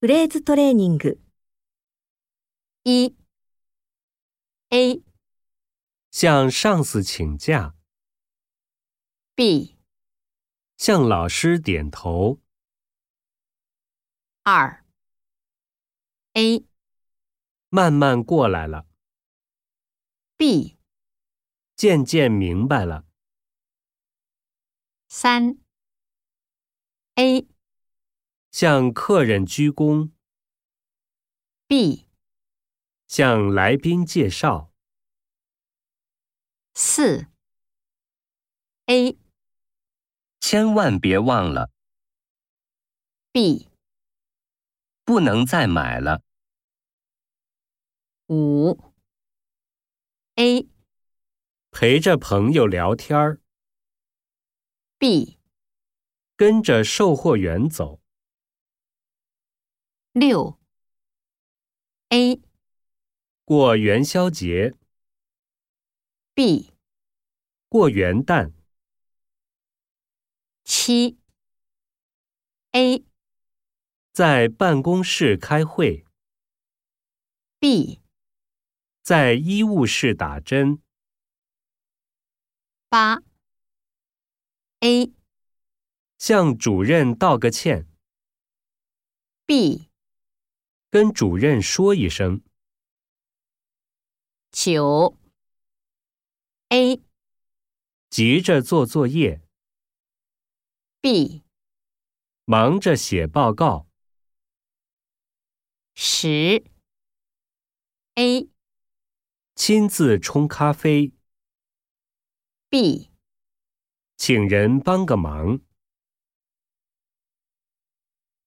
フレーズトレーニング。一 A、向上司请假， B、向老师点头。二 A、慢慢过来了， B、渐渐明白了。三 A、向客人鞠躬， B、向来宾介绍。四 A、千万别忘了， B、不能再买了。五 A、陪着朋友聊天儿， B、跟着售货员走。六 A、过元宵节， B、过元旦，七 A、在办公室开会， B、在医务室打针，八 A、向主任道个歉， B、跟主任说一声。九 A、急着做作业， B、忙着写报告，十 A、亲自冲咖啡， B、请人帮个忙。